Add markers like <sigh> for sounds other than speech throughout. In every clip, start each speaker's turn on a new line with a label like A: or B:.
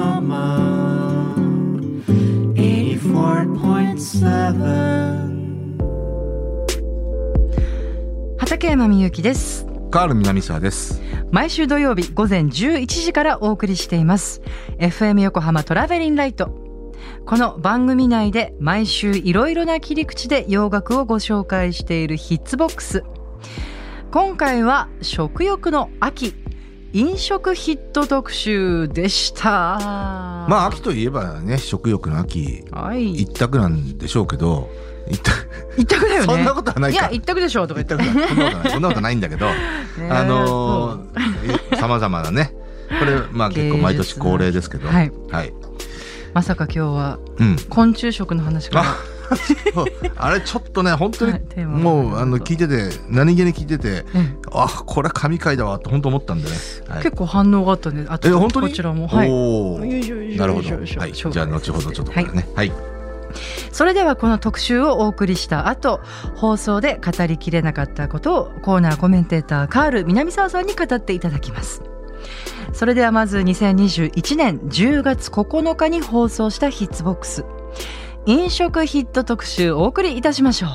A: Yokohama 84.7
B: 畠山みゆきです
C: カール南沢です。
B: 毎週土曜日午前11時からお送りしています FM 横浜トラベリンライトこの番組内で毎週いろいろな切り口で洋楽をご紹介しているヒッツボックス今回は食欲の秋飲食ヒット特集でした
C: まあ
B: ま
C: 秋といえばね食欲の秋
B: あはい
C: 一択なんでしょうけど一
B: <laughs>
C: 択
B: 一択だよね
C: そんなことはない
B: い
C: か
B: や一択でしょとか言
C: 一
B: って
C: 択なんそんなことないそんなことないんだけど、
B: <laughs> ね
C: あのさまざまなねこれまあ結構毎年恒例ですけど
B: 芸術
C: はい、
B: まさか今日は
C: うん
B: 昆虫食の話から
C: あそうあれちょっとね本当に、
B: はいテーマは
C: もうあの聞いてて何気に聞いてて
B: ええ
C: あこれは神回だわと本当思ったんでね、はい、
B: 結構反応があったんであ
C: え
B: と
C: 本当に
B: こちらもはい
C: おー
B: よいしょよいしょ
C: なるほど、
B: よいしょ
C: はい、じ
B: 紹介
C: ゃあ後ほどちょっとこれねはい、
B: それではこの特集をお送りした後放送で語りきれなかったことをコーナーコメンテーターカール南沢さんに語っていただきますそれではまず2021年10月9日に放送したヒッツボックス飲食ヒット特集をお送りいたしましょ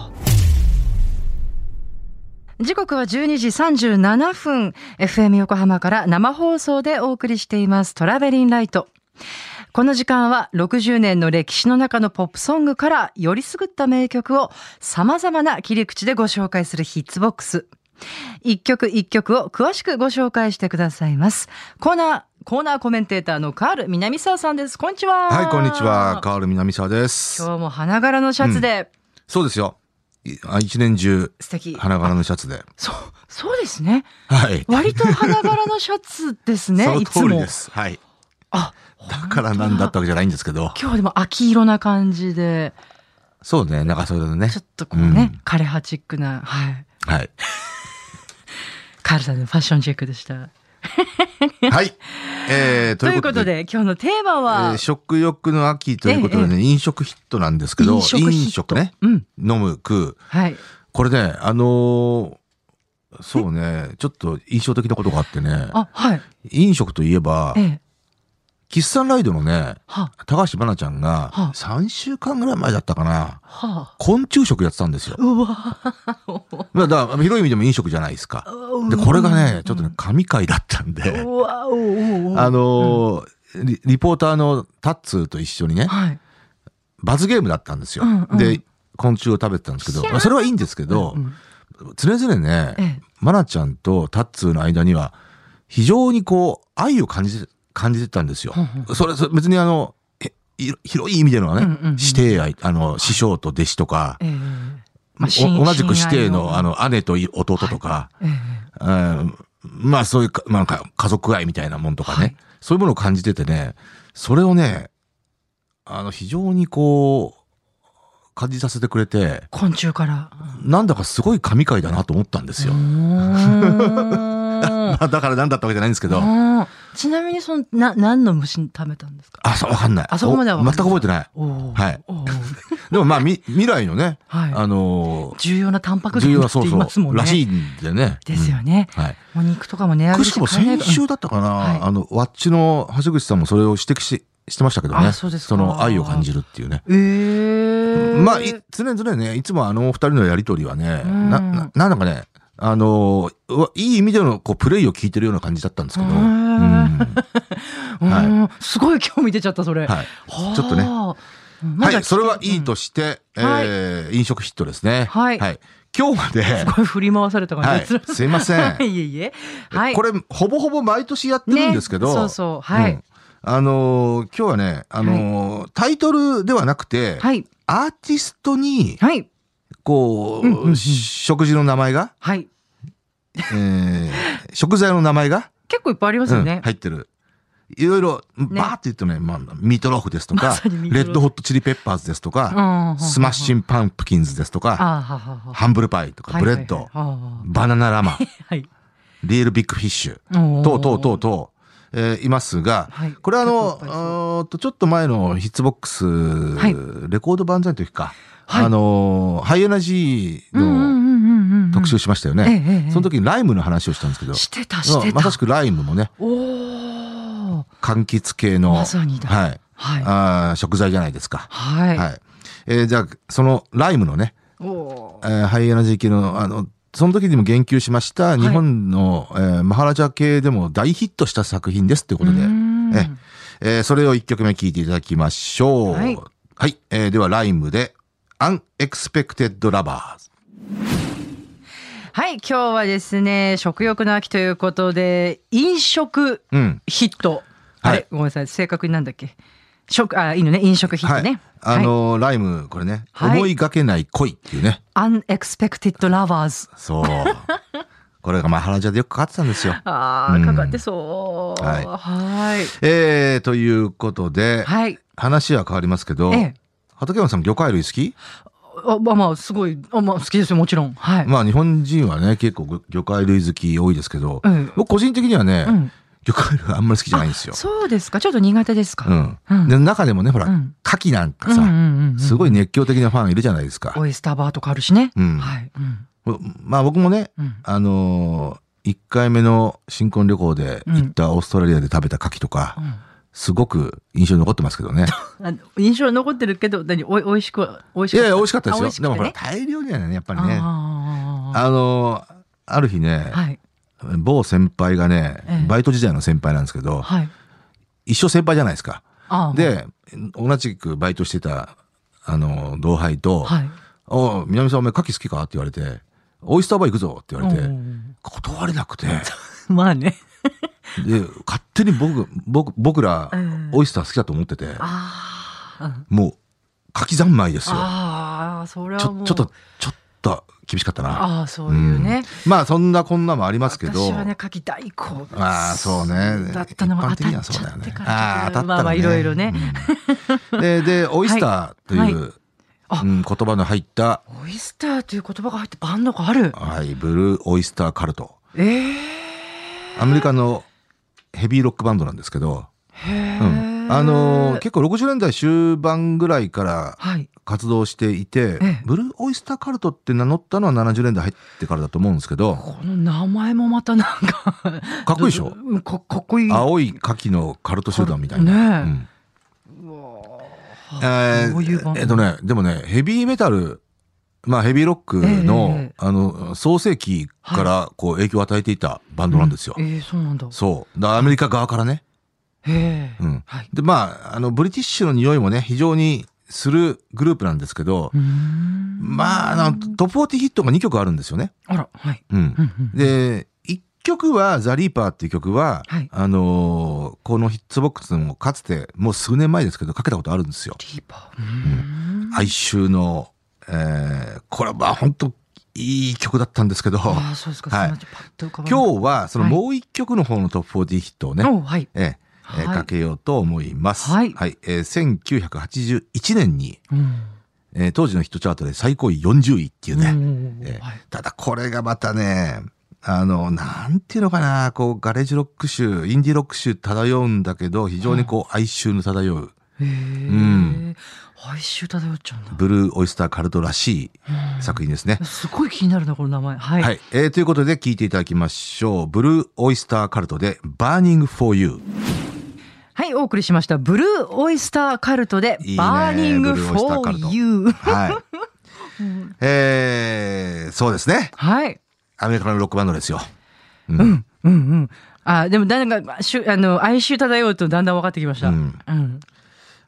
B: う時刻は12時37分 FM 横浜から生放送でお送りしていますトラベリンライトこの時間は60年の歴史の中のポップソングからよりすぐった名曲を様々な切り口でご紹介するヒッツボックス。一曲一曲を詳しくご紹介してくださいます。コーナー、コーナーコメンテーターのカール南沢さんです。こんにちは。
C: はいこんにちはカール南沢です
B: 今日も花柄のシャツで、
C: そうですよ。いあ一年中、
B: 素敵。
C: 花柄のシャツで。
B: そう、そうですね。
C: はい。
B: 割と花柄のシャツですね。
C: <laughs> その
B: いつ
C: 通り
B: も
C: で。す。はい。
B: あ、
C: だからなんだったわけじゃないんですけど。
B: 今日でも秋色な感じで、
C: そうね、長袖のね
B: ちょ。っとこうね、
C: うん
B: 枯葉チックな、はい。
C: はい。
B: カールさんのファッションチェックでした。
C: はい。えー、
B: <laughs>
C: と
B: とい
C: いうう
B: こ
C: こととで。
B: で、今日のテーマ
C: え
B: は、
C: ー食欲の秋ということでね、飲食ヒットなんですけど、
B: 飲食ヒット
C: 飲食ね、
B: うん。
C: 飲む、食う。
B: はい。
C: これね、あのーそうね、ちょっと印象的なことがあってね、
B: あ、はい。
C: 飲食といえば
B: え、え。
C: キッサンライドのね、
B: は、
C: 高橋愛菜ちゃんが
B: はあ
C: 3週間ぐらい前だったかな、
B: は。
C: 昆虫食やってたんですよ。
B: うわ。
C: まあ、だから広い意味でも飲食じゃないですか。で、これがね、ちょっとね、神回だったんで、
B: うわ、おおお。
C: あのーリ、リポーターのタッツーと一緒にね、
B: はい。
C: 罰ゲームだったんですよ。
B: うんうん
C: で、昆虫を食べてたんですけど、まあそれはいいんですけど、
B: うん
C: 常々ね、
B: ええ
C: マナちゃんとタッツーの間には、非常にこう、愛を感じて、感じてたんですよ。それ、それ別にあの、えい広い意味でのね、
B: うんうんうん
C: 師弟愛、あの、師匠と弟子とか、
B: ええ。まあ
C: お同じく師弟の、あ、
B: 親愛
C: の、姉とい弟とか、
B: ええ。
C: うんまあそういうか、まあか家族愛みたいなもんとかね、
B: はい
C: そういうものを感じててね、それをね、あの非常にこう、感じさせてくれて、
B: 昆虫から。
C: なんだかすごい神回だなと思ったんですよ。
B: うーん
C: まあだ <laughs> からなんだったわけじゃないんですけど、
B: あーちなみに、その、な、何の虫食べたんですか
C: あ、そう、わかんない。
B: あそこまでは
C: お
B: わか
C: 全
B: ん
C: く
B: ない
C: 覚えてない。
B: おお。
C: はい
B: おお。
C: でもまあみ未来のね、
B: はい
C: あのー
B: 重要なタンパク質
C: 重要な、
B: って
C: そう
B: 言います
C: そ
B: も
C: う、
B: んね。
C: らしいんでね。
B: ですよね。
C: うんはい。
B: お肉とかも値上げ
C: くしくも
B: 買えない
C: 先
B: から
C: 週だったかな、
B: はい
C: あの、ワッチの橋口さんもそれを指摘ししてましたけどね。
B: あそうですか
C: の愛を感じるっていうね。
B: えー、
C: まあ、い常々ね、いつもあのお二人のやりとりはね、
B: うん
C: な、な、なんだかね、あのーうわいい意味でのこうプレイを聞いてるような感じだったんですけど、
B: へー
C: うんはい
B: うんすごい興味出ちゃったそ
C: は
B: れ。
C: い
B: はあ
C: ちょっとね
B: うんま
C: は
B: だ
C: い、それはいい
B: うん
C: として、
B: は
C: えー飲食ヒットですね。
B: はい
C: 今日まで、
B: すごい振り回された
C: は
B: 感じが
C: い、すいません
B: する。。 <laughs> いえいえ。はい。
C: こ
B: れ
C: れ、ほぼほぼ毎年やってるんですけど、
B: そうそうはい、
C: うんあのー今日はね、あのータイトルではなくて、
B: はい
C: アーティストに、
B: はい
C: こう、
B: うんうんうん
C: 食事の名前が、
B: はい。
C: えー食材の名前が、
B: 結構いっぱいありますよ
C: うん
B: ね。
C: 入ってる。いろいろ、
B: ね
C: バーって言ってもね、まあ、ミートローフですとか、
B: まさにミート
C: レ
B: ローフ
C: ッドホットチリペッパーズですとか、
B: うん
C: スマッシ
B: ン。
C: ンパンプキンズですとか、
B: あーはははは。
C: ハンブルパイとか、ブレッド、
B: は
C: バナナラ
B: <laughs>
C: マ、
B: い。
C: リールビッグフィッシュ、等々等々、えーいますが、
B: はい
C: これあの、
B: 結構いっぱいそう
C: うーんとちょっと前のヒッツボックス、
B: い
C: レコード万歳の時か、
B: はい
C: あのー、ハイエナジーの
B: の
C: 特集しましたよね。
B: ええええ
C: その時にライムの話をしたんですけど、
B: してたしてた。
C: まさしくライムもね、
B: おお。
C: 柑橘系の、
B: まさにだ
C: はい、
B: はい
C: あー食材じゃないですか。
B: はい。
C: はい。えーじゃあ、そのライムのね、
B: おー
C: えーハイエナジー系の、あの、その時にも言及しました、
B: い
C: 日本の、えーマハラジャ系でも大ヒットした作品ですということで
B: うー、ん
C: ええーそれを1曲目聴いていただきましょう。
B: は
C: はいい。えーでは、ライムで、アンエクスペクテッドラバーズ。
B: はい、今日はですね、食欲の秋ということで、飲食
C: うん。
B: ヒット。あ
C: は
B: れ
C: い、
B: ごめんなさい、正確になんだっけ。食、あ、いいのね、飲食ヒッ
C: は
B: ト
C: い。
B: ね。
C: あのーライム、これね、
B: はい
C: 思いがけない恋っていうね。
B: アンエクスペクティッドラバーズ。
C: そう。
B: <laughs>
C: これがマハラジャでよくかかってたんですよ。
B: あ
C: う
B: ー
C: ん
B: かかってそう。
C: はい
B: はい。
C: えー、ということで、
B: はい。
C: 話は変わりますけど、
B: ええ。
C: 畠山さん魚介類好き、
B: あまあまあ、すごい、あまあ、好きですよ、もちろん。はい。
C: まあ日本人はね結構魚魚介類好き多いですけど、
B: うん
C: 僕個人的にはね、
B: うん
C: 魚介類あんまり好きじゃないんですよ。
B: そうですか、ちょっと苦手ですか。
C: うん
B: うん
C: で中でもねほら、
B: うん
C: 牡蠣なんかさ、
B: うんうんうんうん
C: すごい熱狂的なファンいるじゃないですか。
B: オイスターバーとかあるしね。
C: うん
B: はい。うん
C: まあ僕もね
B: うん
C: あのー、1回目の新婚旅行で行ったオーストラリアで食べた牡蠣とか、
B: うん
C: すごく印象に残ってますけど
B: <laughs>
C: ね。
B: あの印象に残ってるけど、何、おい、おいしくは、おいし
C: い
B: く
C: やいや美味しかったですよ。でも
B: も
C: ほら大量にはねやっぱりね。
B: あ
C: あのーある日ね
B: ー、はい。
C: 某先輩がね、
B: ええ
C: バイト時代の先輩なんですけど、
B: はい。
C: 一生先輩じゃないですか。
B: あー、
C: で、同じくバイトしてた、あの、同輩と、
B: はい。
C: おう南さんお前牡蠣好きかって言われて、オイスターバー行くぞって言われ
B: う
C: て、
B: ん
C: 断れなくて、
B: まあね。
C: で、勝手に僕、僕、僕ら
B: うん、
C: オイスター好きだと思ってて、
B: あーうん
C: もう、牡蠣三昧ですよ。
B: あー、それ
C: ち
B: は
C: ょ、
B: もう。
C: ちょっと、ちょっと厳しかったな。
B: ああ、そういうね。
C: うんまあ、そんなこんなもありますけど、
B: 私はね、牡蠣大好物。
C: ああそうね
B: だったのも当
C: 一般的に
B: た
C: は
B: っ
C: そ
B: ち
C: う
B: ゃ
C: だよ
B: って
C: ね
B: から。
C: ああ当たったらね
B: まあまあ、いろいろね。
C: うんででオイスターと
B: はい
C: い
B: は
C: う
B: あ
C: うん言葉の入った
B: オイスターという言葉が入ってバンドがある。
C: はいブルーオイスターカルト
B: ええ
C: アメリカのヘビーロックバンドなんですけど、
B: へ
C: うん
B: ー
C: あのー結構60年代終盤ぐらいから
B: はい。
C: 活動していて、
B: ええ
C: ブルーオイスターカルトって名乗ったのは70年代入ってからだと思うんですけど
B: この名前もまたなんか。
C: かっこいいでしょ
B: うんかかっこいい。
C: 青い牡蠣のカルト集団みたいな。
B: ねえ
C: うん
B: うわ
C: え
B: ーどういうバ
C: ー
B: ンド
C: えっとねでもねヘビーメタルまあヘビーロックの,、
B: ええ
C: あの創世紀からこう影響を与えていたバンドなんですよ。
B: ええそうなんだ。
C: そうだからアメリカ側からね。
B: へえ。
C: うん
B: はい。
C: でまああのブリティッシュの匂いもね非常にするグループなんですけど、
B: うーん
C: まああのトップ40ヒットが2曲あるんですよね。
B: あら、はい。
C: うん
B: う、んうん
C: で1曲は「ザ・リーパー」っていう曲は、
B: はい
C: あのーこのヒッツボックスもかつてもう数年前ですけどかけたことあるんですよ。
B: リーパー。うーん
C: 哀愁の、えーこれはまあ本当いい曲だったんですけ
B: <laughs>
C: ど、
B: ああ、そうですか。
C: はい
B: そんなパッと浮かばない
C: 今日はそのもう一曲の方のトップ40ヒットをね、
B: おはい。
C: えええー
B: はい
C: かけようと思います。
B: はい
C: えー1981年に、
B: うん。
C: えー当時のヒットチャートで最高位40位っていうね、
B: うん
C: ええ
B: はい
C: ただこれがまたね、あの、なんていうのかな、こう、ガレージロック集、インディーロック集漂うんだけど、非常にこう、哀愁の漂う、
B: へえ。
C: ん
B: 哀愁漂っちゃうんだ。
C: ブルーオイスターカルトらしい作品ですね。
B: すごい気になるな、この名前。はい。
C: はい。えーということで聞いていただきましょう。ブルーオイスターカルトで、バーニングフォーユー。
B: はい、お送りしました。ブルーオイスターカルトで、
C: いいね
B: バーニング
C: ブルー
B: フ
C: オイスタ
B: ォ
C: ーカルト
B: ーユー。 <laughs>
C: はい。えー、そうですね。
B: はい。
C: アメリカのロックバンドですよ。
B: うん、うん、うん。あ、でも、だんだんか、しゅ、あの、哀愁漂うとだんだん分かってきました。う
C: うんん。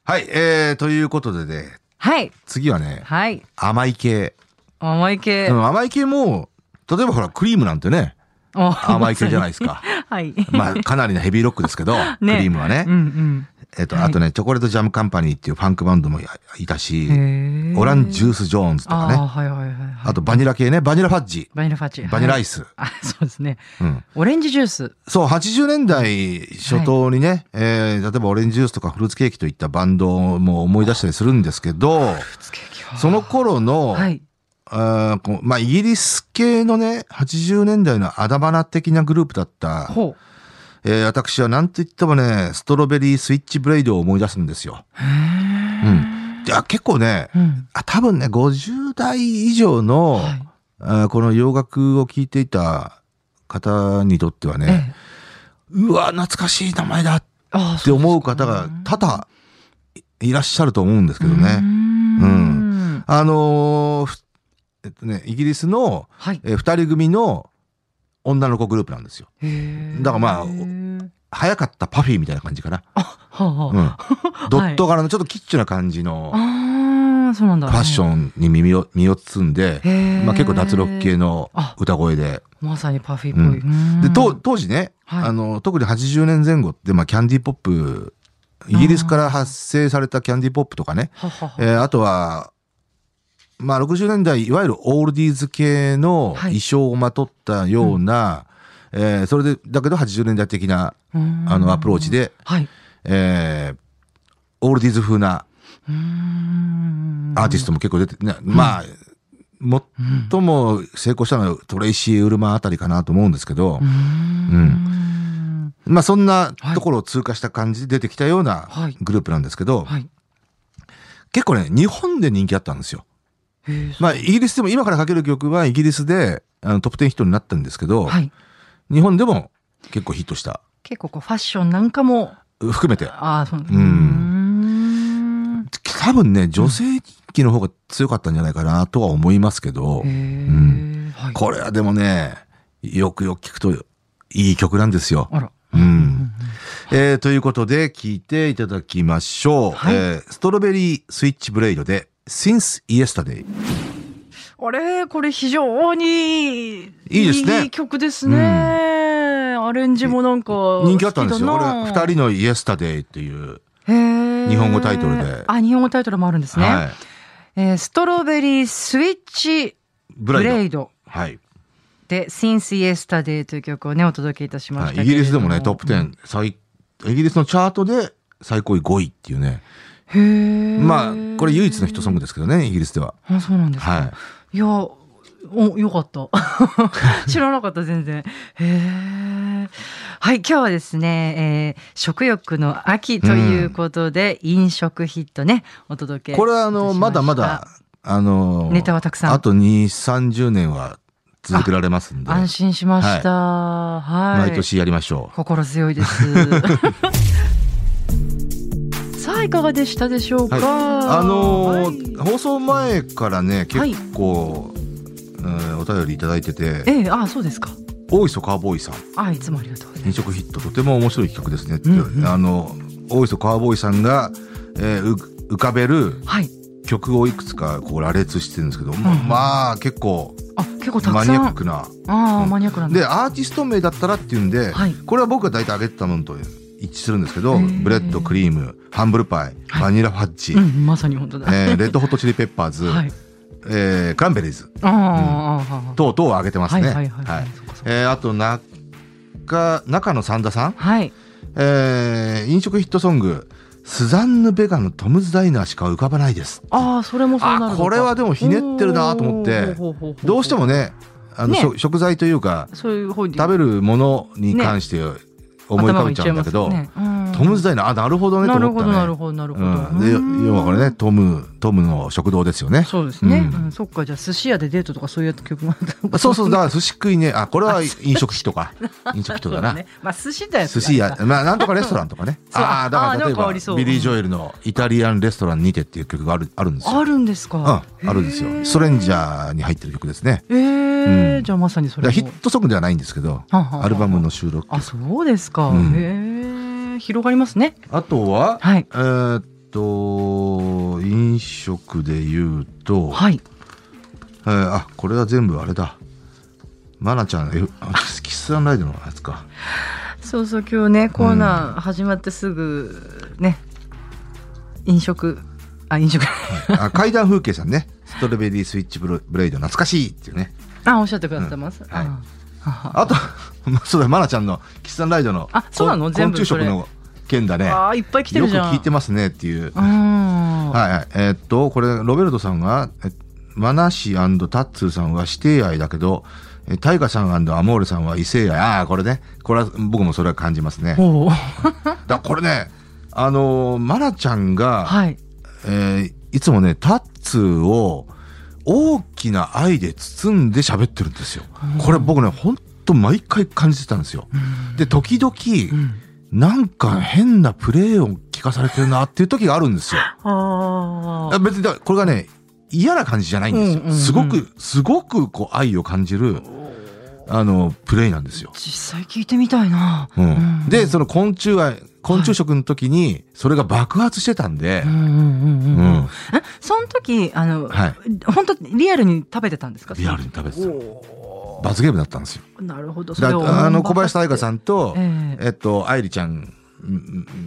C: はい。えー、ということでね、
B: はい。
C: 次はね、
B: はい。
C: 甘い系。
B: 甘い系
C: う。ん甘い系も、例えばほら、クリームなんてね、甘
B: 甘
C: い系じゃない
B: い。
C: ですか。
B: <laughs> はい。
C: まあ、かなりのヘビーロックです
B: <laughs>
C: けど、クリームはね
B: う。ん、
C: えっと、あとね、チョコレートジャムカンパニーっていうファンクバンドもいたし
B: うん。、へー
C: オランジュース・ジョーンズとか
B: あー
C: ね。
B: はいはいはいはい。
C: あと、バニラ系ね、バニラファッジ、
B: バニラファチ。
C: バニラア
B: はい
C: イス。
B: あ、そうですね。
C: うん。
B: オレンジジュース。
C: そう、80年代初頭にね、えー例えばオレンジジュースとかフルーツケーキといったバンドも思い出したりするんですけど、
B: つけ焼きは
C: その頃の、
B: はい。
C: あーこうまあ、イギリス系のね、80年代のアダバナ的なグループだった、
B: ほう。
C: えー私はなんと言ってもね、ストロベリースイッチブレイドを思い出すんですよ。
B: へー
C: うん。いや、結構ね、
B: うん。
C: あ多分ね、50代以上の、
B: はい
C: あーこの洋楽を聴いていた方にとってはね、
B: ええ
C: うわ、懐かしい名前だっ
B: ああ
C: って思う方が多々いらっしゃると思うんですけどね。
B: ん。
C: あのーふえっとね、イギリスの、
B: はい。
C: えー二人組の女の子グループなんですよ。だからまあ
B: あ、
C: 早かったパフィーみたいな感じかな。
B: は
C: うん、
B: <laughs>
C: ドット柄のちょっとキッチュな感じのフ
B: ああ、そうなんだ。
C: ァッションに耳を身を包んで、
B: ン
C: まあ、結構脱力系の
B: あ
C: 歌声で
B: まさにパフィーっぽい。うん
C: で当当時ね、
B: はい
C: あの特に80年前後って、まあ、キャンディーポップイギリスから発生されたキャンディーポップとかね
B: ははは
C: えーあとは、まあ、60年代いわゆるオールディーズ系の
B: は
C: 衣
B: い
C: 装をまとったような、えーそれでだけど80年代的な
B: うん
C: あのアプローチで、
B: はい。
C: えーオールディーズ風な
B: うん
C: アーティストも結構出て、ねまあ最も成功したのはトレイシー・ウルマンあたりかなと思うんですけど、
B: うん。
C: まあそんなところを通過した感じで出てきたような
B: はい
C: グループなんですけど、
B: はい。
C: 結構ね日本で人気あったんですよ。
B: へー
C: まあイギリスでも今からかける曲はイギリスであのトップ10ヒットになったんですけど、
B: はい。
C: 日本でも結構ヒットした
B: 結構こうファッションなんかも、
C: 含めて
B: ああ、そう。
C: ん
B: うん。
C: 多分ね女性人気の方が強かったんじゃないかなとは思いますけど、
B: へえ。はい。
C: これはでもねよくよく聞くといい曲なんですよ。
B: あら。
C: うんえーということで聞いていただきましょう、
B: はい
C: えーストロベリースイッチブレイドで「Since Yesterday」。
B: あれこれ非常にいい
C: いいですね
B: 曲ですね、
C: うん
B: アレンジもなんか
C: 人気あったんですよ。
B: 好き
C: 俺
B: だな
C: 二人のイエスタデイっていう。
B: へー
C: 日本語タイトルで
B: あ日本語タイトルもあるんですね、
C: はい。
B: えーストロベリースイッチ
C: ブ
B: ブ
C: ライド。
B: レイド
C: はい。
B: で「Since Yesterday」という曲をねお届けいたしまし
C: は
B: た
C: い
B: けれ
C: イ
B: ど
C: ギリスでもね、トップ10、最、イギリスのチャートで最高位5位っていうね。
B: へー
C: まあ、これ唯一のヒットソングですけどね、イギリスでは。
B: あそうなんですか、、
C: はい
B: やおよかった
C: <laughs>
B: 知らなかった全然へえはい今日はですね、えー食欲の秋ということで、飲食ヒットねお届け
C: これはあの、
B: いたし
C: まだ
B: した
C: まだ、あの、
B: ネタはたくさん
C: あと2、30年は続けられますんで、
B: 安心しましたはい、
C: 毎年やりましょう。
B: 心強いです
C: <laughs>
B: さあいかがでしたでしょうか、
C: はいあのー
B: はい
C: 放送前からね、
B: はい
C: 結構、うんお便りいただいてて、
B: ええあそうですか
C: 大磯カーボーイさん。
B: あいつもありがとうございます
C: 飲食ヒットとても面白い企画ですねって、
B: うんうん
C: あの大磯カーボーイさんが、えーう浮かべる
B: はい
C: 曲をいくつかこう羅列してるんですけど、
B: んうん
C: まあ結構
B: あ結構た
C: マ
B: く
C: ニ
B: さ
C: アッ
B: ん
C: クな
B: ああ
C: うん
B: マニアックなんだ
C: でアーティスト名だったらっていうんで、
B: はい
C: これは僕が大体挙げてたのと一致するんですけど
B: へー
C: ブレッドクリームハンブルパイ
B: はい
C: バニラファッジ、
B: うん、まさに本当だ。 <laughs>
C: えーレッドホットチリペッパーズ、
B: はい。
C: えークランベリーズ
B: ああ、
C: 等々を挙げてますね。
B: はいはいはいはい
C: はい
B: そっかそっか
C: えーあと中中野三田さん
B: はい。
C: えー飲食ヒットソング「スザンヌ・ベガのトムズ・ダイナー」しか浮かばないです
B: ああ、それもそうなるの
C: あ
B: か
C: これはでもひねってるなと思って
B: おーほうほうほうほ
C: どうしてもねあの
B: ね
C: 食食材というか
B: そういう方に
C: 食べるものに関して思い浮かべちゃうんだけど、
B: 頭がいっちゃいますねうん
C: トムズ・ダイナーあなるほどねと
B: なる
C: 思っ
B: ほ
C: た
B: ど
C: ね
B: なるほどなるほど。
C: うん、で要はこれねトムトムの食堂ですよね
B: そうですね。
C: う
B: うんそっかじゃあ寿司屋でデートとかそういう曲もあったのか
C: そうそうだから寿司食いねあこれは飲食費とか飲食費と
B: <laughs> そ
C: か
B: うだ
C: な、
B: ね。まあ寿司だよ。
C: 寿司屋まあなんとかレストランとかね
B: そう
C: ああだか
B: あー
C: ら例え
B: なんか
C: ば
B: あ
C: ビ
B: りそう
C: リー・ジョエルの「イタリアンレストランにて」っていう曲があるあるんですよ
B: あるんですか。
C: うん、あるんです
B: へ
C: よ。
B: ー
C: ストレンジャーに入ってる曲ですね。
B: ええ
C: う
B: ー、
C: ん
B: じゃあまさにそ
C: だか
B: れ
C: ら
B: も。
C: ヒットソングではないんですけど、
B: はんはんはん
C: アルバムの収録。
B: あ、そうですか。
C: うん
B: へえ、広がりますね。
C: あとは、
B: はい
C: えーっと、飲食で言うと、
B: はい。
C: えーあ、これは全部あれだ。マナちゃん、えあキスキスアンライドのやつか。
B: そうそう今日ねコーナー始まってすぐね、飲食あ飲食
C: あ階段風景さんね。ストロベリースイッチブロブレイド懐かしいっていうね。
B: あおっしゃってくださってます、
C: うんはい
B: あはは
C: あと、 <laughs> そうだ、マナちゃんのキスアンライドの
B: あそうなの
C: こん
B: 全部
C: 昆虫
B: それ
C: 食の件だね。
B: あーいっぱい来て
C: よ
B: る
C: く
B: じゃん
C: 聞いてますねっていう。
B: うん
C: はいはい。えーっと、これ、ロベルトさんが、えマナシタッツーさんは指定愛だけど、えタイガさんアモールさんは異性愛。ああ、これね。これは、僕もそれは感じますね。
B: おー
C: だこれね、あのーマナちゃんが、
B: はい
C: えーいつもね、タッツーを大きな愛で包んで喋ってるんですよ。これ僕ね、ほんと毎回感じてたんですよ。で、時々、
B: うん
C: なんか変なプレイ音聞かされてるなっていう時があるんですよ。
B: あ
C: 別にだからこれがね嫌な感じじゃないんですよ、
B: うんうんうん
C: すごくすごくこう愛を感じるあのプレイなんですよ。
B: 実際聞いてみたいな。
C: うん
B: うん
C: でその昆虫愛昆虫食の時にそれが爆発してたんで、
B: うんうんうんうんうん
C: うん
B: えその時あの、
C: はい
B: 本当リアルに食べてたんですか
C: リアルに食べてた
B: お
C: 罰ゲームだったんですよ。
B: ーなるほど
C: だあの小林
B: さん
C: 大香さんと、え
B: ええ
C: っと愛梨ちゃん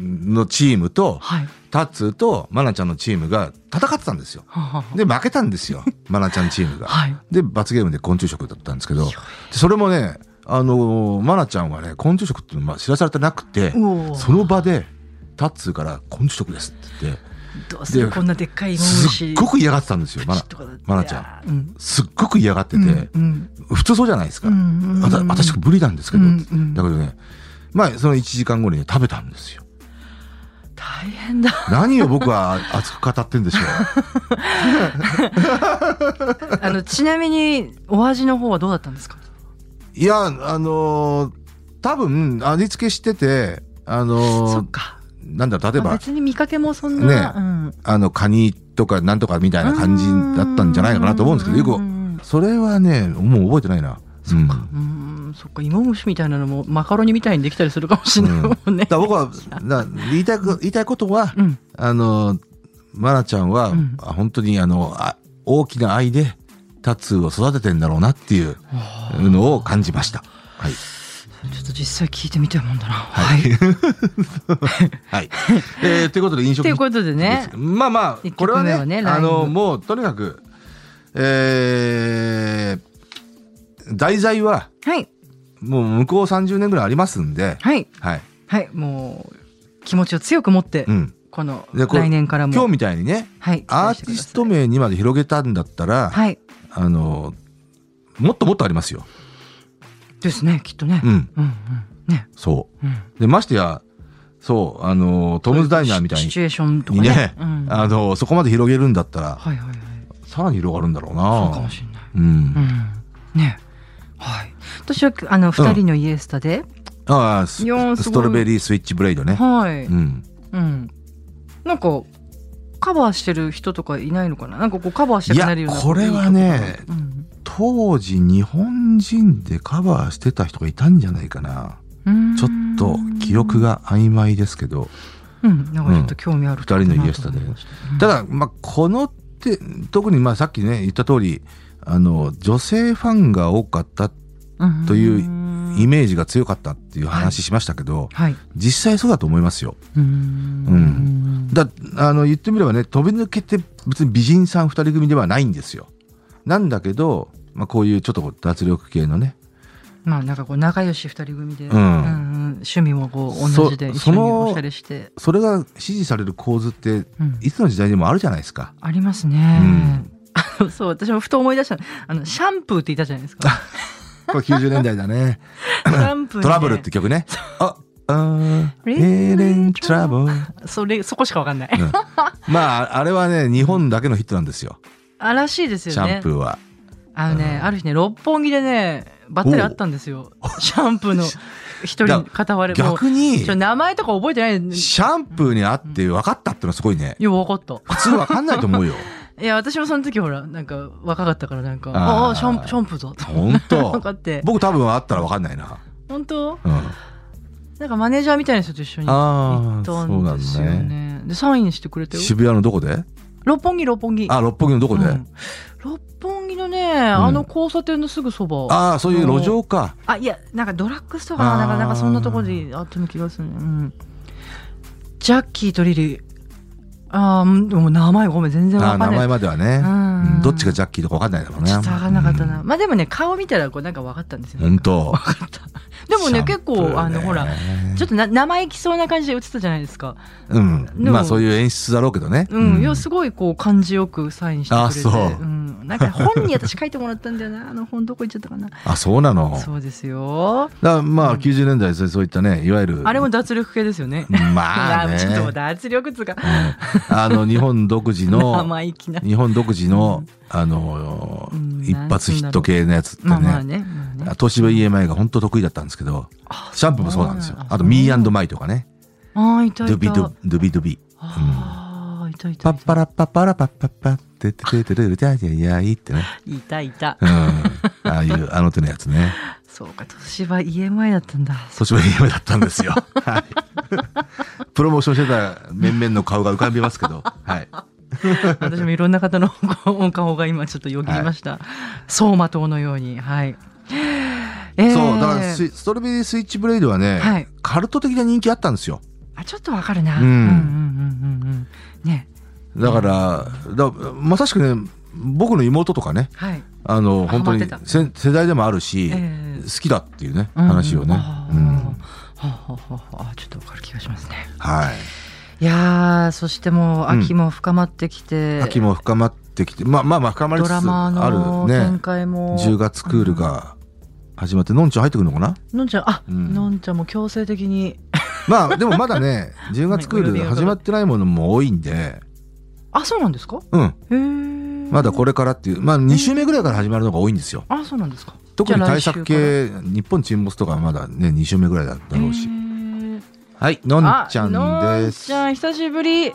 C: のチームと
B: はい
C: タッツーとマナちゃんのチームが戦ってたんですよ。
B: はあはあ
C: で負けたんですよマナちゃんチームが。
B: はい
C: で罰ゲームで昆虫食だったんですけど
B: いや
C: それもねあのーマナちゃんはね昆虫食っていうのは知らされてなくて
B: おー
C: その場でタッツーから「昆虫食です」って言っ
B: どうする
C: で
B: こんなでっか
C: て
B: い芋
C: すっ
B: 虫
C: ごく嫌がってたんですよマ
B: マ
C: ナ
B: ナ
C: マナちゃ
B: ゃん、うん
C: すっごく嫌がってて、
B: うん
C: 普通そうじゃないですか、
B: うんうんうん
C: あた私無理なんですけど、
B: うんうん
C: だけどねまあその1時間後にね食べたんですよ
B: 大変だ <laughs>
C: 何を僕は <laughs> 熱く語ってんでしょう
B: あのちなみにお味の方はどうだったんですか
C: いやあのー多分味付けしててあ
B: そ
C: のー
B: っか
C: なんだろう例え
B: まあ
C: ば
B: 別に見かけもそん
C: ね
B: な、うん
C: あの、カニとかなんとかみたいな感じだったんじゃないかなと思うんですけど、よ
B: う
C: く、
B: ん
C: それはね、もう覚えてないな。うんだか
B: うんそっか芋虫みたいなのもマカロニみたいにできたりするかもしれないもんね、
C: ら僕は、だ言いたいこ、言いたいことは、
B: うん
C: あの、マナちゃんは、
B: うん
C: あ本当にあの、あ大きな愛で、タツを育ててんだろうなっていうのを感じました。はい。
B: ちょっと実際聞いてみたいもんだなはい、
C: はい。え
B: <laughs>
C: ーということで飲
B: と
C: 食
B: いうことで
C: で
B: ね
C: すまあまあ
B: 一
C: これは
B: 曲目
C: ね
B: はねライ
C: あ
B: ブ
C: のもうとにかくえー題材は
B: はい
C: もう向こう30年ぐらいありますんで、
B: はい
C: はい
B: はいもう気持ちを強く持って、
C: うん、
B: この
C: でこれ
B: 来年からも
C: 今日みたいにね
B: はい
C: アーティスト名にまで広げたんだったら、
B: はい
C: あのもっともっとありますよ、
B: ですねきっとね、
C: うん、
B: うんうんね
C: そ
B: うん
C: うでましてやそうあのトムズ・ダイナーみたい
B: シ
C: に
B: チュエーションとか
C: に
B: ね
C: ね、
B: うん、
C: あのそこまで広げるんだったら
B: はいはいはい
C: さらに広がるんだろう
B: そうか
C: な
B: もしれない
C: うん
B: うんねはい私はあの二人のイエスタで、
C: ああス
B: いやーすご
C: ス
B: い
C: トロベリースイッチブレイドね、
B: はい、
C: うん、
B: うん、なんかカバーしてる人とかいないのかななんかこうカバーした
C: い
B: く
C: や
B: なるような
C: これはね
B: いい曲うん
C: 当時日本人でカバーしてた人がいたんじゃないかな
B: うん
C: ちょっと記憶が曖昧ですけど
B: うん、なんかちょっと興味ある
C: うん二人のイエスタでた
B: だ、
C: だ、まあ、このって特にまあさっきね言った通りあの女性ファンが多かった
B: うん
C: というイ
B: メ
C: メージが強かったっていう話しましたけど、
B: はい
C: 実際そうだと思いますよ
B: うん
C: んだあの言ってみればね飛び抜けて別に美人さん2人組ではないんですよなんだけど、まあ、こういうちょっと脱力系のね
B: まあなんかこう仲良し二人組で、
C: うん
B: うんうん趣味もこう同じで
C: そ
B: 一
C: そ
B: 緒に
C: の
B: おしたりして、
C: それが支持される構図って
B: うん
C: いつの時代でもあるじゃないですか。
B: あります
C: うん
B: ね、あの <laughs> そう私もふと思い出したのあのシャンプーって言ったじゃないですか
C: これ90年代だ <laughs> ね。
B: トランプにね
C: トラブルって曲ね。あ、あー、
B: Really
C: Really Trouble
B: それそこしかわかんない、
C: うんまあ、あれはね、日本だけのヒットなんですよ。
B: あらしいですよ
C: シ
B: ね
C: ャンプーは。
B: あのね、ある日ね六本木でねばったり会ったんですよシャンプ
C: <laughs>
B: ーの一人片割れもう
C: 逆に
B: ちょ、名前とか覚えてないの
C: シャンプーにあって分かったってのはすごいね。
B: よう分かっ
C: 普通分かんないと思う
B: <laughs>
C: よ。
B: たいや私もその時ほらなんか若かったからなんか
C: あー
B: ああーシャンプーシャンプーだと
C: ほん
B: <laughs>
C: と
B: 分かって
C: 僕多分あったら分かんないな。
B: 本当
C: うん。
B: なんかマネージャーみたいな人と一緒に行っ
C: ああ、
B: た
C: そうんな
B: です
C: の
B: よね
C: ね。
B: でサインしてくれたよ
C: 渋谷のどこで
B: 六本木六本木
C: あ、六本木のどこで、
B: うん六本木のねあの交差点のすぐそば、
C: ああ、そういう路上か。
B: あいやなんかドラッグストアかななん
C: あ
B: か
C: ー
B: なんかそんなところであったような気がするね、うん、ジャッキーとリリーあーでも名前ごめん全然
C: あ
B: わか
C: ー
B: んな
C: 名
B: い
C: 前まではね、
B: うん
C: うんどっちがジャッキーとか分かんないだろうね。
B: ちょっとわかんなかったな、
C: うん
B: まあでもね顔見たらこうなんかわかったんですよ
C: 本当。
B: わかった <laughs> でもね
C: シャ
B: 結
C: ンプー
B: 構あのほらちょっとな生意気そうな感じで映ってたじゃないですか
C: うん、
B: でも
C: まあそういう演出だろうけどね。
B: うん、いやすごいこう感じよくサインしてくれて
C: あそう
B: うん、なんか本に私書いてもらったんだよなあの <laughs> 本どこ行っちゃったかな
C: あそうなの。だか
B: そうですよ
C: らまあ
B: うん
C: 90年代そうそういったねいわゆる
B: あれも脱力系ですよね
C: まあ
B: <laughs>
C: ね
B: ちょっともう脱力っつうか
C: うんあの日本独自の
B: 生意気な。
C: 日本独自のあの
B: うん
C: 一発ヒット系のやつって
B: まあまあ
C: ね。
B: ね。まあね
C: 東芝 EMI が本当得意だったんですけどシャンプーもそうなんですよ
B: そうなんだ
C: あと「ミーマイ」とかね
B: ああ、
C: 「
B: いた
C: ドゥ
B: い
C: ビ
B: た。
C: ドゥドゥビドゥビ」
B: ああ、いたい
C: パ
B: た。
C: ッパラッパッパラパッパッパッててててててててやいってね、
B: いたいた
C: う。ん、ああいうあの手のやつね
B: そうか、年は家前だったんだ。
C: 年上夢だったんですよ、はい、プロモーションしてた面々の顔が浮かびますけど、はい、
B: 私もいろんな方のお顔が今ちょっとよぎりました。走馬灯のように。はい。えー
C: そうだからスイストロベリースイッチブレイドはね、
B: はい
C: カルト的な人気あったんですよ
B: あ、ちょっとわかるな。う
C: うんん
B: うんうんうんうん。ね。
C: だからだまさしくね僕の妹とかね
B: はい。
C: あの本当に
B: ハマってた
C: せ世代でもあるし、
B: ええ
C: 好きだっていうね話をね、
B: う
C: うん
B: うん
C: ん
B: あーはあはあはああー、ちょっとわかる気がしますね。
C: はい
B: いやー、そしてもう秋も深まってきて。
C: 秋も深まってきてまあまあまあ深まりつ
B: ド
C: つ
B: ラマ
C: あ
B: の
C: る
B: 展
C: ね
B: 開も。
C: 10月クールが始まってのんちゃん入ってくるのかな
B: のんちゃん、あ、
C: うん
B: のんちゃんも強制的に。
C: まあでもまだ
B: <laughs>
C: ね10月クール始まってないものも多いんで
B: あ、そうなんですか。
C: うん
B: へえ。
C: まだこれからっていうまあ2週目ぐらいから始まるのが多いんですよ
B: あ、そうなんですか。
C: 特に
B: じゃあ
C: 対
B: 来週
C: 策系日本沈没とかはまだね2週目ぐらいだったろうし
B: へー
C: はいのん
B: あ
C: ちゃんで
B: のん
C: す
B: ちゃん、久しぶり。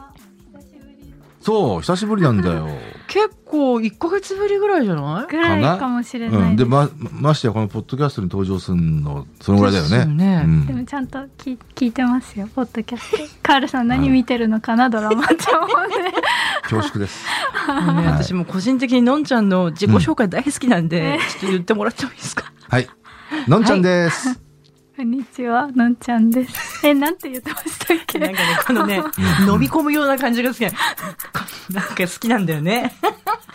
C: そう久しぶりなんだよ
B: 結構一ヶ月ぶりぐらいじゃない。
A: ぐらいかもしれ
C: う
A: ない
C: ん
A: で、
C: ですまましてやこのポッドキャストに登場するのそのぐらいだよ
B: で
C: ね
B: すよね
C: うん
A: でもちゃんと聞聞いてますよポッドキャストカールさん何見てるの
C: <laughs>
A: かなドラマって思うね
C: 恐縮です
B: もうね
C: はい
B: 私も個人的にのんちゃんの自己紹介大好きなんで、
A: うん
B: ちょっと言ってもらってもいいですか。
C: はいのんちゃんです、
A: こんにちはのんちゃんですえなんて言ってましたっ
B: なん
C: <laughs>
A: け
B: かね、このね、飲み込むような感じが好きな。なんか好きなんだよね。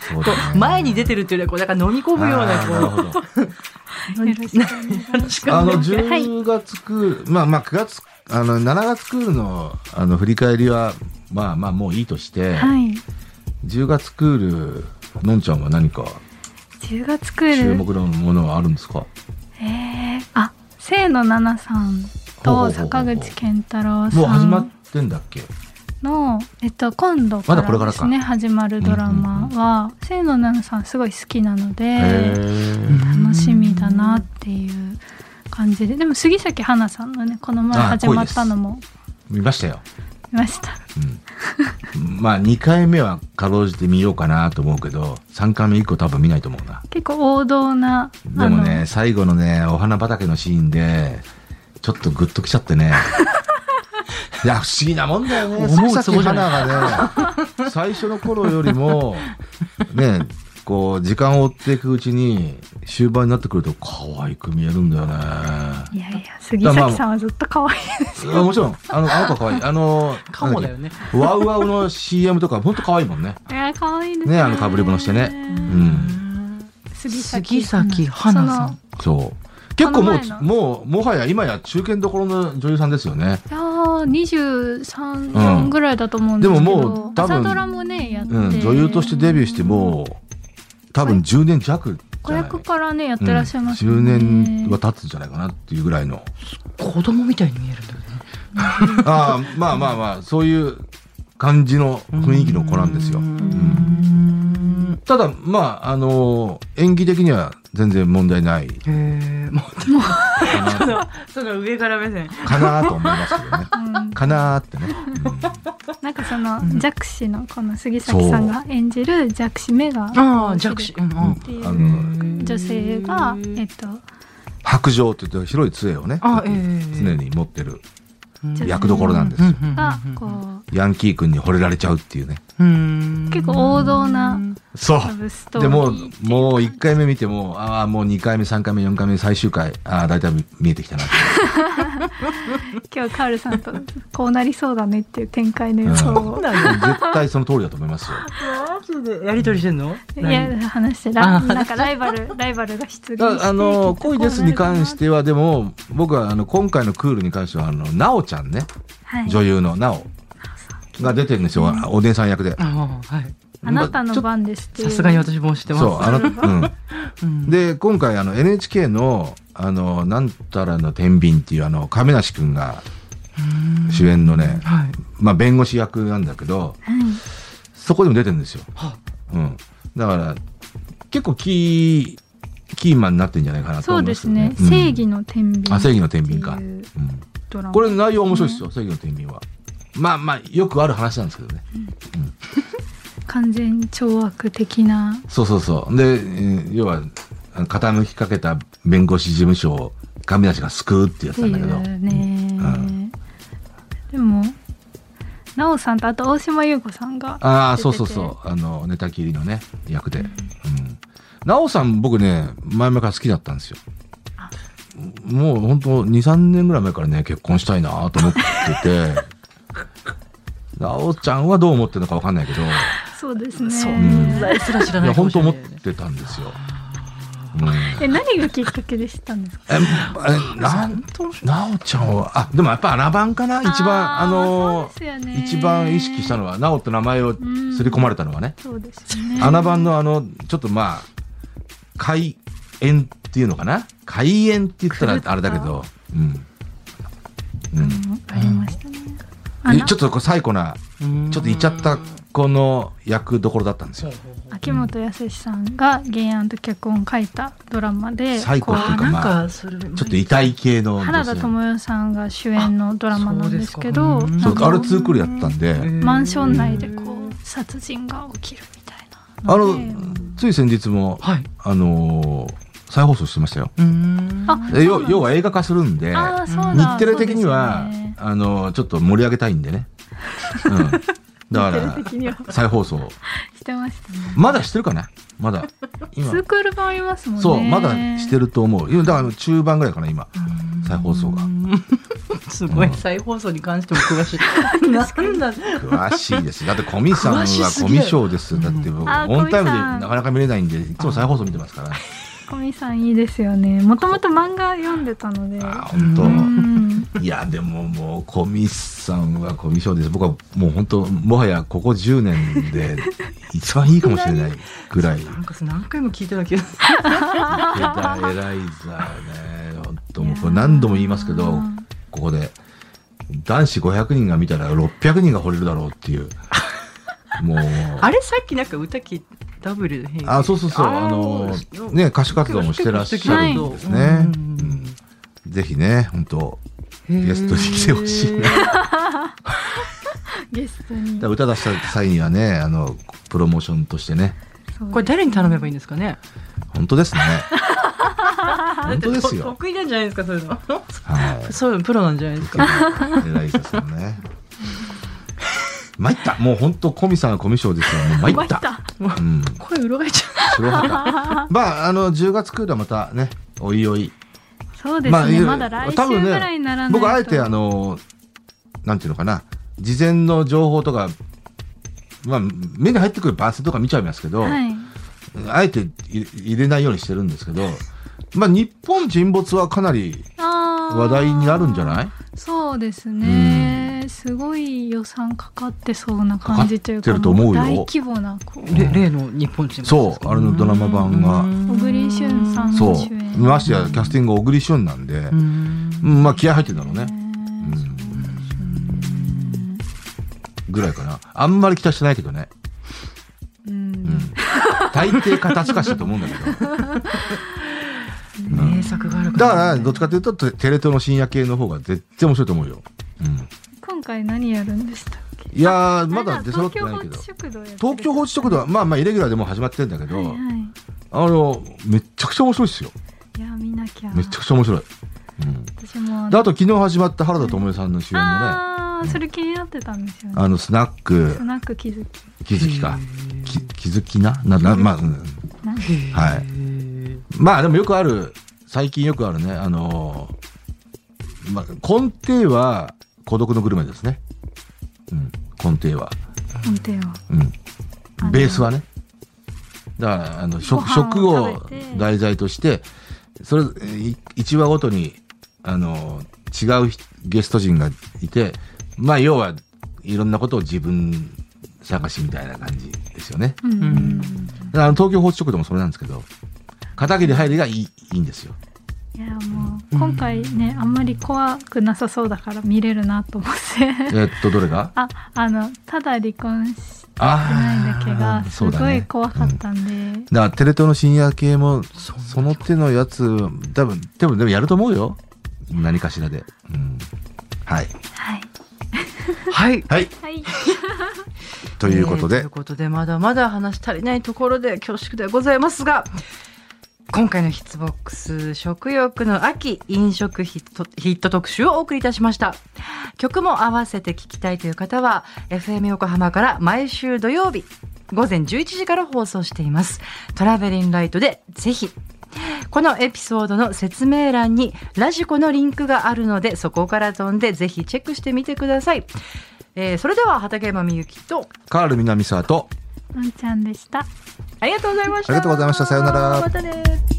C: そう
B: こ
C: だ
B: う
C: ね
B: 前に出てるっていうよりは、こう、なんか飲み込むような、
C: あー
B: こ
C: な
B: う
C: る。ほど
A: よろしくお願いします
B: 確か
C: あ
B: に
C: の
A: <laughs> はい
C: 10月クール、まあまあ9月あの7月クールのあの振り返りはまあまあもういいとして、
A: はい
C: 10月クールのんちゃんは何か
A: 10月クー
C: 注
A: ル
C: 目のものはあるんですか、
A: えー、あ清野菜名さん
C: ほうほうほうほ
A: と
C: う
A: 坂口健太郎
C: もう
A: さ
C: 始まっ
A: ん
C: てんだっけ
A: の、えっと、今度か
C: まだこれからら
A: で
C: か
A: すね始まるドラマは清野菜名さんすごい好きなの
C: へ
A: で。
C: ー
A: 楽しみだなっていう感じででも杉咲花さんのねこの前
C: あ
A: 始まったのも
C: 見ましたよ、
A: 見ました
C: うん、まあ2回目はかろうじて見ようかなと思うけど3回目以降多分見ないと思うな
A: <laughs> 結構王道な
C: でもね最後のねお花畑のシーンでちょっとグッときちゃって
B: <laughs>
C: ねいや不思議なもんだよね
B: 思う
C: さ
B: ツ
C: き
B: ボじゃ
C: 花がね最初の頃よりもねこう時間を追っていくうちに終盤になってくると可愛く見えるんだよね
A: あのいやいや杉咲さんはずっと可愛いです
C: あもちろんあのあの子可愛いあの
B: かもだよ
C: な
B: ね。
C: んだっけワウワウの CM とか本当可愛いもんね
A: いや可愛いです
C: ねあの被り物してねうん
A: 杉
B: 杉
A: 咲
B: 咲花さん。
C: そう結構も
A: あの前の
C: うもうもはや今や中堅どころの女優さんですよね
A: いやー23、
C: うん
A: 4ぐらいだと思うんですけど
C: でももう多分
A: 朝ドラもねやって、
C: うん、女優としてデビューしてもう多分10年弱じ
A: 子
C: ゃない
A: 役からねやってらっしゃいますよ
C: うん
A: ね、
C: 10年は経つんじゃないかなっていうぐらい
A: <laughs>
C: の
B: 子供みたいに見えるんだよね。
C: ああまあまあまあそういう感じの雰囲気の子なんですよ、
B: うーん
C: ただまああのー演技的には全然問題ない
B: へえ、もう、
C: かな
B: <laughs> その上から目線。
C: かなと思いますけど
A: <laughs>
C: ね
A: うん
C: かなってね、うん
A: なんかその
B: ん
A: 弱視のこの杉咲さんが演じる弱視目が
B: ああ、弱視。
A: <laughs>
B: うんうん
A: ってい
C: あ
A: う
C: の
A: 女性がえっと
C: 白杖って言って広い杖をね
B: あええ
C: 常に持ってる
A: 女性
C: 役どころなんですよ、
A: がこう
C: ヤンキー君に惚れられちゃうっていうね
A: 結構王道な
C: そう
A: ラブストー
C: で
A: リ
C: もう
A: ー
C: もう1回目見てもああもう2回目3回目4回目最終回ああ大体見えてきたなって
A: 今日カールさんと <laughs> こうなりそうだねっていう展開の予想
C: う
A: を
C: 絶対その通りだと思いますよ
B: やりとりしてんの
A: いや話して
B: あ
A: らなんかライバルラ <laughs> イバルが出現して
C: あの「恋です」に関し
A: こ
C: てはでも僕はあの今回のクールに関してはあの奈緒ちゃんね
A: うなる
C: 女
A: なはい、
C: 優の奈緒が出てるんですよお姉さん役で
B: ああ、はい。
A: あなた
C: まあち
A: の
C: ょ
A: 番ですっていう
B: さすがに私も知ってます。
C: そうあの、うん、
B: で、
C: で今回あの NHK の「あのなんたらの天秤」っていうあの亀梨君が主演のね、
B: はい。
C: まあ、弁護士役なんだけど
A: はい
C: そこでも出てるんですよ
B: は
C: うん、だから結構気キーマンになってんじゃないかなと
A: そ
C: 思
A: う
C: い
A: で
C: ます
A: す
C: よね
A: ね。正義の天秤。
C: あ正義の天秤か
A: って
C: う
A: いう
C: ん
A: ドラマ
C: これ内容面白いですよ、正義の天秤は。まあまあ、よくある話なんですけどね。
A: 完全懲悪的な。
C: そうそうそう。で、えー要は、あの傾きかけた弁護士事務所を神梨が救うってや
A: っ
C: つなん
A: てい
C: だけど。
A: うね、
C: うん
A: でも奈緒さんとあと大島優子さんが
C: ああ、
A: 出てて
C: そうそうそう。あの、寝たきりのね、役で。うん。なおさん、僕ね、前々から好きだったんですよ。もう本当2、3年ぐらい前からね、結婚したいなと思
A: <laughs>
C: ってて、なおちゃんはどう思ってるのかわかんないけど、
A: そうですね
B: 存在すら知ら
C: い
B: な
C: や、
B: いかも
C: 本
B: し
C: 当
B: れな
C: 思
B: い
C: っ
B: よね
C: てたんですよ。うん
A: え何がきっかけでしたんですか
C: ええなんなおちゃんはあでもやっぱアナバンかな一番 <laughs> あ
A: ー
C: の
A: そうですよね
C: 一番意識したのはなおって名前をすり込まれたのはね、
A: そうですよね
C: アナバンのあのちょっとまあ開園っていうのかな開園って言った
A: 狂
C: ら
A: った
C: あれだけどうん、うん
A: うんありましたね
C: え
A: あな
C: ちょっとこう最古なちょっといっちゃったこの役どころだったんですよ
A: 秋元康さんが原案と脚本を書いたドラマで
C: 最高
A: こ
C: っていう
A: う
C: か
B: なん
C: まあ
B: かそれちょ
C: ちょっと遺体系の
A: 原
C: 女
A: 田
C: 性
A: 知世さんが主演のドラマなんですけど
B: あそうです
A: な
C: そ
A: ん
C: う
A: か
C: あれツークールやったんで、
A: マンション内でこう殺人が起きるみたいな
C: あ
A: の
C: の
A: で
C: つい先日も
B: はい
C: あのー再放送してましたよ。
B: うん
A: あ
C: え
A: そ
C: 要
A: うなんです
C: 要は映画化するんで、
A: あーそう
B: ー
A: だ
C: 日テレ的には、
A: そうですよね
C: あのーちょっと盛り上げたいんでね。うん、だから
A: 日テレ的には
C: 再放送
A: してましたね
C: まだしてるかな？まだ
A: ツ
C: 今
A: ークール版ありますもんね
C: そうまだしてると思う。今だから中盤ぐらいかな今再放送が
B: すごい再放送に関しても詳しい <laughs> なんだ
C: 詳しいです。だってコミさんは
B: 詳しす
C: コ
B: ぎ
C: ミ
B: る
C: ショーです。だって僕オン
A: あ
C: タ
A: ー
C: イムで
A: コミさん
C: なかなか見れないんでいつも再放送見てますから。
A: 小見さんいいですよねもともと漫画読んでたので
C: あー
A: う
C: 本
A: ん
C: 当。いやでももうコミさんはコミショーです。僕はもう本当もはやここ10年で一番いいかもしれないぐ
A: <laughs>
C: らい。
B: なんかそれ何回も聞いただけど
C: 池田エライザーね、本当もうこれ何度も言いますけ
A: いや
C: ど
A: ー、
C: ここで男子500人が見たら600人が惚れるだろうっていう、もう、
B: あれさっきなんか歌聞いダブルで変
C: あ、そうそうそう、あのね歌手活動もしてらっしゃるんですね。
B: はい
C: うんぜひね、本当ゲストに来てほしいな。
A: ゲストに
C: だから <laughs> 歌出した際にはね、あのプロモーションとしてね、
A: そう
B: これ誰に頼めばいいんですかね
C: 本当 <laughs> ですね。本当です
B: だってと
C: よ。
B: 得意なんじゃないですかそういうの
C: はい。
B: そういうのプロなんじゃないですか
C: エライザさんね。参った。もう本当コミさんはコミショですよ。もう参った。うん。
B: 声裏返っちゃ
C: 白旗。 <laughs> まああの10月クールはまたね、おいおい。
A: そうですね、
C: い
A: まだ来週ぐらいにならないと、
C: 僕あえてあのなんていうのかな、事前の情報とか。まあ、目に入ってくるバースとか見ちゃいますけど、
A: はい、
C: あえてい入れないようにしてるんですけど、まあ、日本沈没はかなり話
A: 話
C: 題になるんじゃない
A: そうですね、すごい予算かかってそうな感じというか
C: かかってると思うよ
A: も大規模なこう
B: う例例の日本人
C: そうあれのドラマ版が
A: 小栗旬さん
C: そう
A: の主演
C: ましてやキャスティング小栗旬なんで、うんまあ気合入ってるんだろうね、ぐらいかなあんまり期待してないけどね、
A: う
C: うん
A: ん、
C: 大抵形化したと思うんだけど
B: 名作がある
C: だからどっちかというとテテレ東の深夜系の方が絶対面白いと思うよ、うん、
A: 今回何やるんでしたっけ
C: いやーま
A: あ
C: だ
A: れ
C: 出揃ってないけど
A: 東京放置食堂やってる
C: 東京放置食堂はまあまあイレギュラーでもう始まってるんだけど、
A: はいはい
C: あのめっちゃくちゃ面白いですよ
A: いや見なきゃ
C: めちゃくちゃ面白い、うん、
A: 私も
C: であと昨日始まった原田知世さんの主演のね、
A: ああそれ気になってたんですよね
C: あのスナック
A: スナック気づき
C: 気づきかき気づきなななまあ、うん
A: なんか
C: はいまあでもよくある最近よくあるねあのーまあ、根底は孤独のグルメですね、うん、根底は、
A: 本店を
C: うん、
A: あの
C: ベースはねだからあの食食
A: ご飯を
C: を
A: 食べて
C: 題材としてそれ1話ごとにあのー違うひゲスト陣がいてまあ要はいろんなことを自分探しみたいな感じですよね。
A: うん
B: ん
C: あの東京放置食堂もそれなんですけど片桐入りがいいいいんですよ。
A: いやもう今回ねあんまり怖くなさ
C: <laughs>
A: そうだから見れるなと思って
C: えっとどれが
A: ああのただ離婚しないだけが
C: あー
A: す
C: そうだ
A: ご
C: ね
A: い怖かったんで、
C: だからテレ東の深夜系も
B: そ
C: そう
B: なんだ
C: の手のやつ多分でもでもやると思うよ何かしらで、うん、はい
A: はい
B: はい。
C: はい
A: はい
C: ということ
B: えー
C: で、
B: ということで、まだまだ話し足りないところで恐縮ではございますが、今回のヒッツボックス、食欲の秋、飲食ヒットヒット特集をお送りいたしました。曲も合わせて聴きたいという方は、FM 横浜から毎週土曜日、午前11時から放送しています。トラベリンライトで、ぜひ。このエピソードの説明欄にラジコのリンクがあるのでそこから飛んでぜひチェックしてみてください、えーそれでは畠山みゆきと
C: カール南沢と
A: のんちゃんでした
B: ありがとうございました。
C: ありがとうございましたさようなら
B: またね。